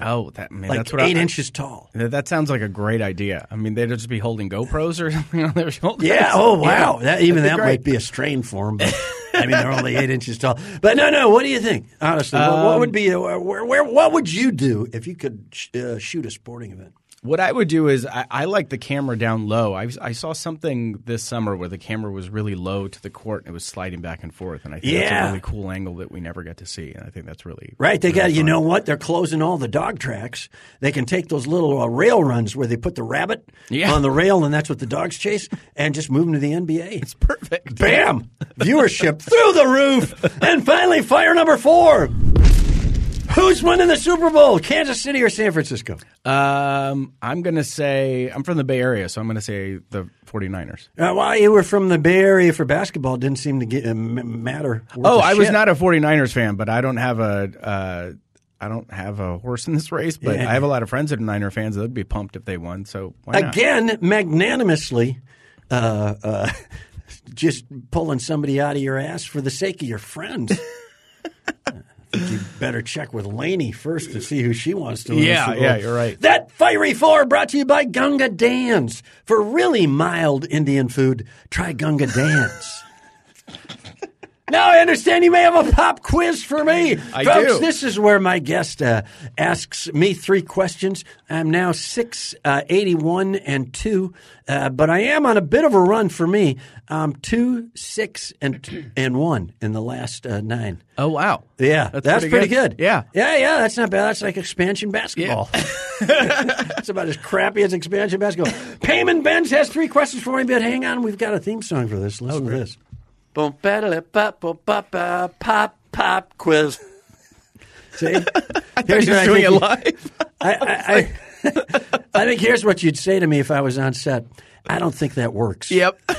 Speaker 3: Oh, that man,
Speaker 2: like
Speaker 3: that's what
Speaker 2: eight
Speaker 3: I,
Speaker 2: inches tall.
Speaker 3: That, that sounds like a great idea. I mean, they'd just be holding GoPros or [laughs] something on their shoulders.
Speaker 2: Yeah. Oh, wow.
Speaker 3: Yeah.
Speaker 2: That even that
Speaker 3: That'd be
Speaker 2: might
Speaker 3: great.
Speaker 2: be a strain for them. But, I mean, they're only
Speaker 3: [laughs]
Speaker 2: eight inches tall. But no, no. What do you think? Honestly, what, what would
Speaker 3: Um,
Speaker 2: be a, where, where? What would you do if you could sh- uh, shoot a sporting event?
Speaker 3: What I would do is I, I like the camera down low. I, I saw something this summer where the camera was really low to the court and it was sliding back and forth, and I think that's
Speaker 2: Yeah.
Speaker 3: a really cool angle that we never get to see, and I think that's really
Speaker 2: Right. They
Speaker 3: really
Speaker 2: got. You
Speaker 3: fun.
Speaker 2: know what? They're closing all the dog tracks. They can take those little uh, rail runs where they put the rabbit
Speaker 3: Yeah.
Speaker 2: on the rail, and that's what the dogs chase, and just move them to the NBA.
Speaker 3: It's perfect.
Speaker 2: Bam!
Speaker 3: [laughs]
Speaker 2: Viewership through the roof. And finally, fire number four. Who's winning the Super Bowl? Kansas City or San Francisco?
Speaker 3: Um, I'm gonna say I'm from the Bay Area, so I'm gonna say the 49ers.
Speaker 2: Uh, well, you were from the Bay Area for basketball. It didn't seem to get, uh, m- matter. worth
Speaker 3: Oh,
Speaker 2: a
Speaker 3: I was
Speaker 2: shit.
Speaker 3: not a 49ers fan, but I don't have a uh, I don't have a horse in this race, but
Speaker 2: Yeah.
Speaker 3: I have a lot of friends that are Niner fans. They'd be pumped if they won. So why not?
Speaker 2: Again, magnanimously, uh, uh, [laughs] just pulling somebody out of your ass for the sake of your
Speaker 3: [laughs]
Speaker 2: friends. I think you better check with Laney first to see who she wants to win. the
Speaker 3: Yeah,
Speaker 2: Super Bowl.
Speaker 3: yeah, you're right.
Speaker 2: That fiery four brought to you by Gunga Dan's. For really mild Indian food, try Gunga Dan's. Now I understand you may have a pop quiz for me.
Speaker 3: I
Speaker 2: Folks,
Speaker 3: do.
Speaker 2: this is where my guest uh, asks me three questions. I'm now six uh, eighty-one and 2, uh, but I am on a bit of a run for me. I'm 2, 6, and, t- and 1 in the last uh, nine.
Speaker 3: Oh wow,
Speaker 2: Yeah, that's, pretty, good.
Speaker 3: Yeah.
Speaker 2: Yeah, yeah, that's not bad. That's like expansion basketball. It's about as crappy as expansion basketball. Payman Benz has three questions for me, but hang on. We've got a theme song for this. Listen to this.
Speaker 4: Boom, pedal it, pop, boom, pop, uh, pop, pop, quiz.
Speaker 2: See? I
Speaker 3: Here's
Speaker 2: what I think
Speaker 3: doing it
Speaker 2: you-
Speaker 3: live.
Speaker 2: [laughs] I, I, I, I think here's what you'd say to me if I was on set. I don't think that works.
Speaker 3: Yep. [laughs]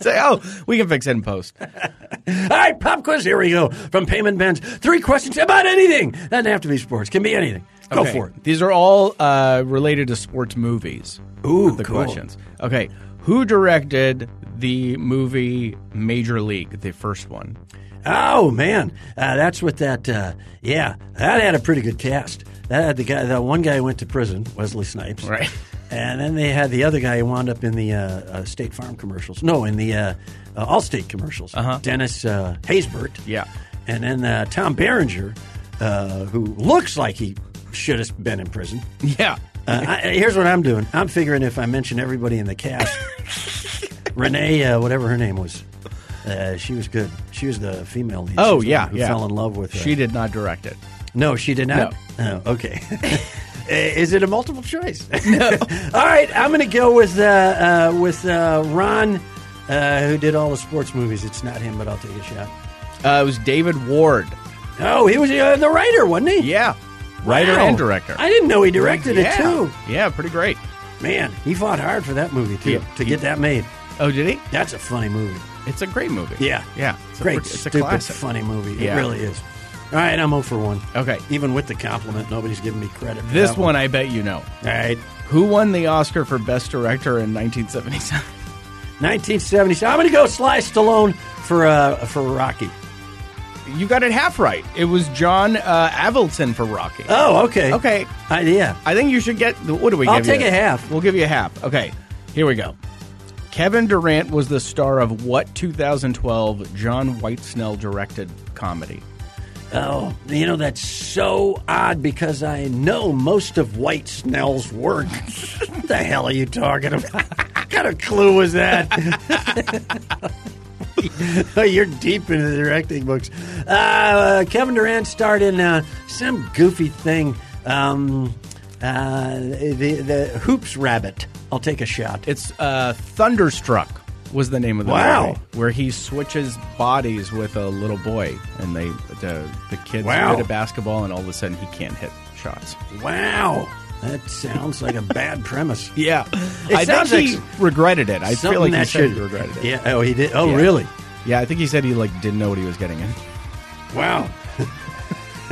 Speaker 3: Say, oh, we can fix it in post.
Speaker 2: All right, pop quiz. Here we go from Payment Benz. Three questions about anything. Doesn't have to be sports. Can be anything. Go
Speaker 3: Okay.
Speaker 2: for it.
Speaker 3: These are all uh, related to sports movies.
Speaker 2: Ooh,
Speaker 3: the
Speaker 2: cool.
Speaker 3: questions. Okay, who directed the movie Major League, the first one?
Speaker 2: Oh man, uh, that's what that. Uh, yeah, that had a pretty good cast. That had the guy. That one guy went to prison, Wesley Snipes.
Speaker 3: Right.
Speaker 2: And then they had the other guy who wound up in the uh, uh, State Farm commercials. No, in the uh, uh, Allstate commercials. Uh-huh. Dennis uh, Haysbert.
Speaker 3: Yeah.
Speaker 2: And then uh, Tom Berenger, uh, who looks like he should have been in prison.
Speaker 3: Yeah.
Speaker 2: Uh, I, here's what I'm doing. I'm figuring if I mention everybody in the
Speaker 3: [laughs]
Speaker 2: cast, Renee, uh, whatever her name was, uh, she was good. She was the female lead. She
Speaker 3: Oh,
Speaker 2: was the
Speaker 3: yeah,
Speaker 2: one who
Speaker 3: yeah.
Speaker 2: fell in love with. Uh,
Speaker 3: She did not direct it.
Speaker 2: No, she did not. Oh,
Speaker 3: [laughs]
Speaker 2: okay. Uh, Is it a multiple choice? No. [laughs] all right, I'm going to go with uh, uh, with uh, Ron, uh, who did all the sports movies. It's not him, but I'll take a shot.
Speaker 3: Uh, it was David Ward.
Speaker 2: Oh, he was uh, the writer, wasn't he?
Speaker 3: Yeah. Writer
Speaker 2: Wow.
Speaker 3: and director.
Speaker 2: I didn't know he directed
Speaker 3: yeah.
Speaker 2: it too.
Speaker 3: Yeah, pretty great.
Speaker 2: Man, he fought hard for that movie too
Speaker 3: Yeah.
Speaker 2: to get that made.
Speaker 3: Oh, did he?
Speaker 2: That's a funny movie.
Speaker 3: It's a great movie.
Speaker 2: Yeah.
Speaker 3: Yeah. It's
Speaker 2: Great,
Speaker 3: A, pret- it's a
Speaker 2: stupid,
Speaker 3: classic.
Speaker 2: funny movie.
Speaker 3: Yeah.
Speaker 2: It really is. All right, I'm 0 for 1.
Speaker 3: Okay.
Speaker 2: Even with the compliment, nobody's giving me credit for
Speaker 3: This
Speaker 2: that
Speaker 3: one I bet you know.
Speaker 2: All right.
Speaker 3: Who won the Oscar for Best Director in 1977?
Speaker 2: 1970. I'm going to go Sly Stallone for, uh, for Rocky.
Speaker 3: [laughs] You got it half right. It was John uh, Avildsen for Rocky.
Speaker 2: Oh, okay.
Speaker 3: Okay.
Speaker 2: I, yeah.
Speaker 3: I think you should get. What do we?
Speaker 2: I'll
Speaker 3: give you?
Speaker 2: take a half.
Speaker 3: We'll give you a half. Okay, here we go. Kevin Durant was the star of what 2012 John Whitesnell directed comedy?
Speaker 2: Oh, you know, that's so odd because I know most of White Snell's work. [laughs] what the hell are you talking about? [laughs] what kind of clue was that? [laughs] You're deep into the directing books. Uh, Kevin Durant starred in uh, some goofy thing. Um, uh, the, the Hoops Rabbit. I'll take a shot.
Speaker 3: It's uh, Thunderstruck. was the name of the
Speaker 2: Wow.
Speaker 3: movie, where he switches bodies with a little boy, and they the, the kids
Speaker 2: Wow.
Speaker 3: good at basketball, and all of a sudden he can't hit shots.
Speaker 2: Wow. That sounds like a bad premise.
Speaker 3: Yeah,
Speaker 2: It
Speaker 3: I
Speaker 2: sounds like
Speaker 3: think he regretted it. [laughs] I feel
Speaker 2: Something
Speaker 3: like he
Speaker 2: that
Speaker 3: said
Speaker 2: should
Speaker 3: he regretted it.
Speaker 2: Yeah. Oh, he did. Oh,
Speaker 3: Yeah.
Speaker 2: really?
Speaker 3: Yeah, I think he said he like didn't know what he was getting in.
Speaker 2: Wow. [laughs]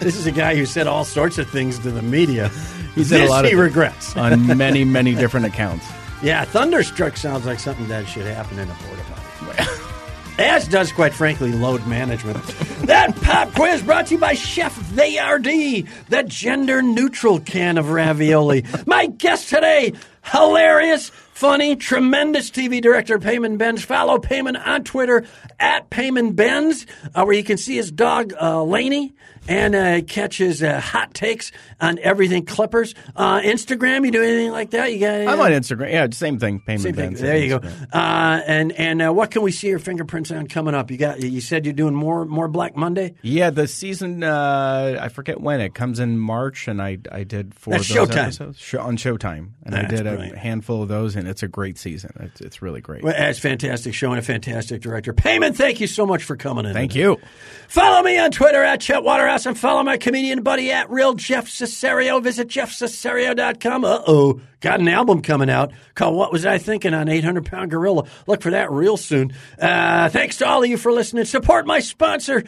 Speaker 2: this is a guy who said all sorts of things to the media.
Speaker 3: He said
Speaker 2: this
Speaker 3: a lot of
Speaker 2: he
Speaker 3: things
Speaker 2: regrets.
Speaker 3: on many many different accounts.
Speaker 2: [laughs] Yeah, thunderstruck sounds like something that should happen in a porta potty. As does, quite frankly, load management. that pop quiz brought to you by Chef VRD, the gender neutral can of ravioli. My guest today, hilarious, funny, tremendous TV director Payman Benz. Follow Payman on Twitter at Payman Benz, uh, where you can see his dog uh, Laney and uh, catch his uh, hot takes on everything Clippers. Uh, Instagram, you do anything like that? You got?
Speaker 3: I'm on Instagram. Yeah, same thing. Payment
Speaker 2: Same thing.
Speaker 3: bands on
Speaker 2: There you go.
Speaker 3: Instagram.
Speaker 2: Uh, and and uh, what can we see your fingerprints on coming up? You got. You said you're doing more more Black Monday.
Speaker 3: Yeah, the season uh, I forget when it comes in March, and I I did four
Speaker 2: That's
Speaker 3: of those
Speaker 2: Showtime.
Speaker 3: episodes Sh- on Showtime, and I
Speaker 2: That's
Speaker 3: did a
Speaker 2: brilliant.
Speaker 3: handful of those, and it's a great season. It's, it's really great.
Speaker 2: Well, That's fantastic show and a fantastic director. Payman, thank you so much for coming in.
Speaker 3: Thank you.
Speaker 2: Follow me on Twitter at Chet Waterhouse and follow my comedian buddy at Real Jeff Cesario. Visit jeffcesario.com. Uh oh, got an album coming out called What Was I Thinking on 800 Pound Gorilla. Look for that real soon. Uh, thanks to all of you for listening. Support my sponsor,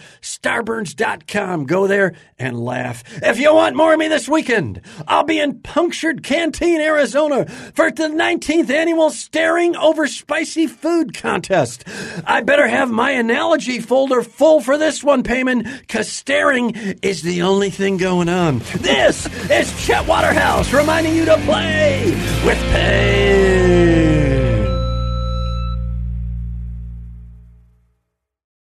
Speaker 2: starburns.com. Go there and laugh. If you want more of me this weekend, I'll be in Punctured Canteen, Arizona for the 19th annual Staring Over Spicy Food Contest. I better have my analogy folder full for this one, Payman, because staring is the only thing going on. This is Chet Waterhouse reminding you to play with pain.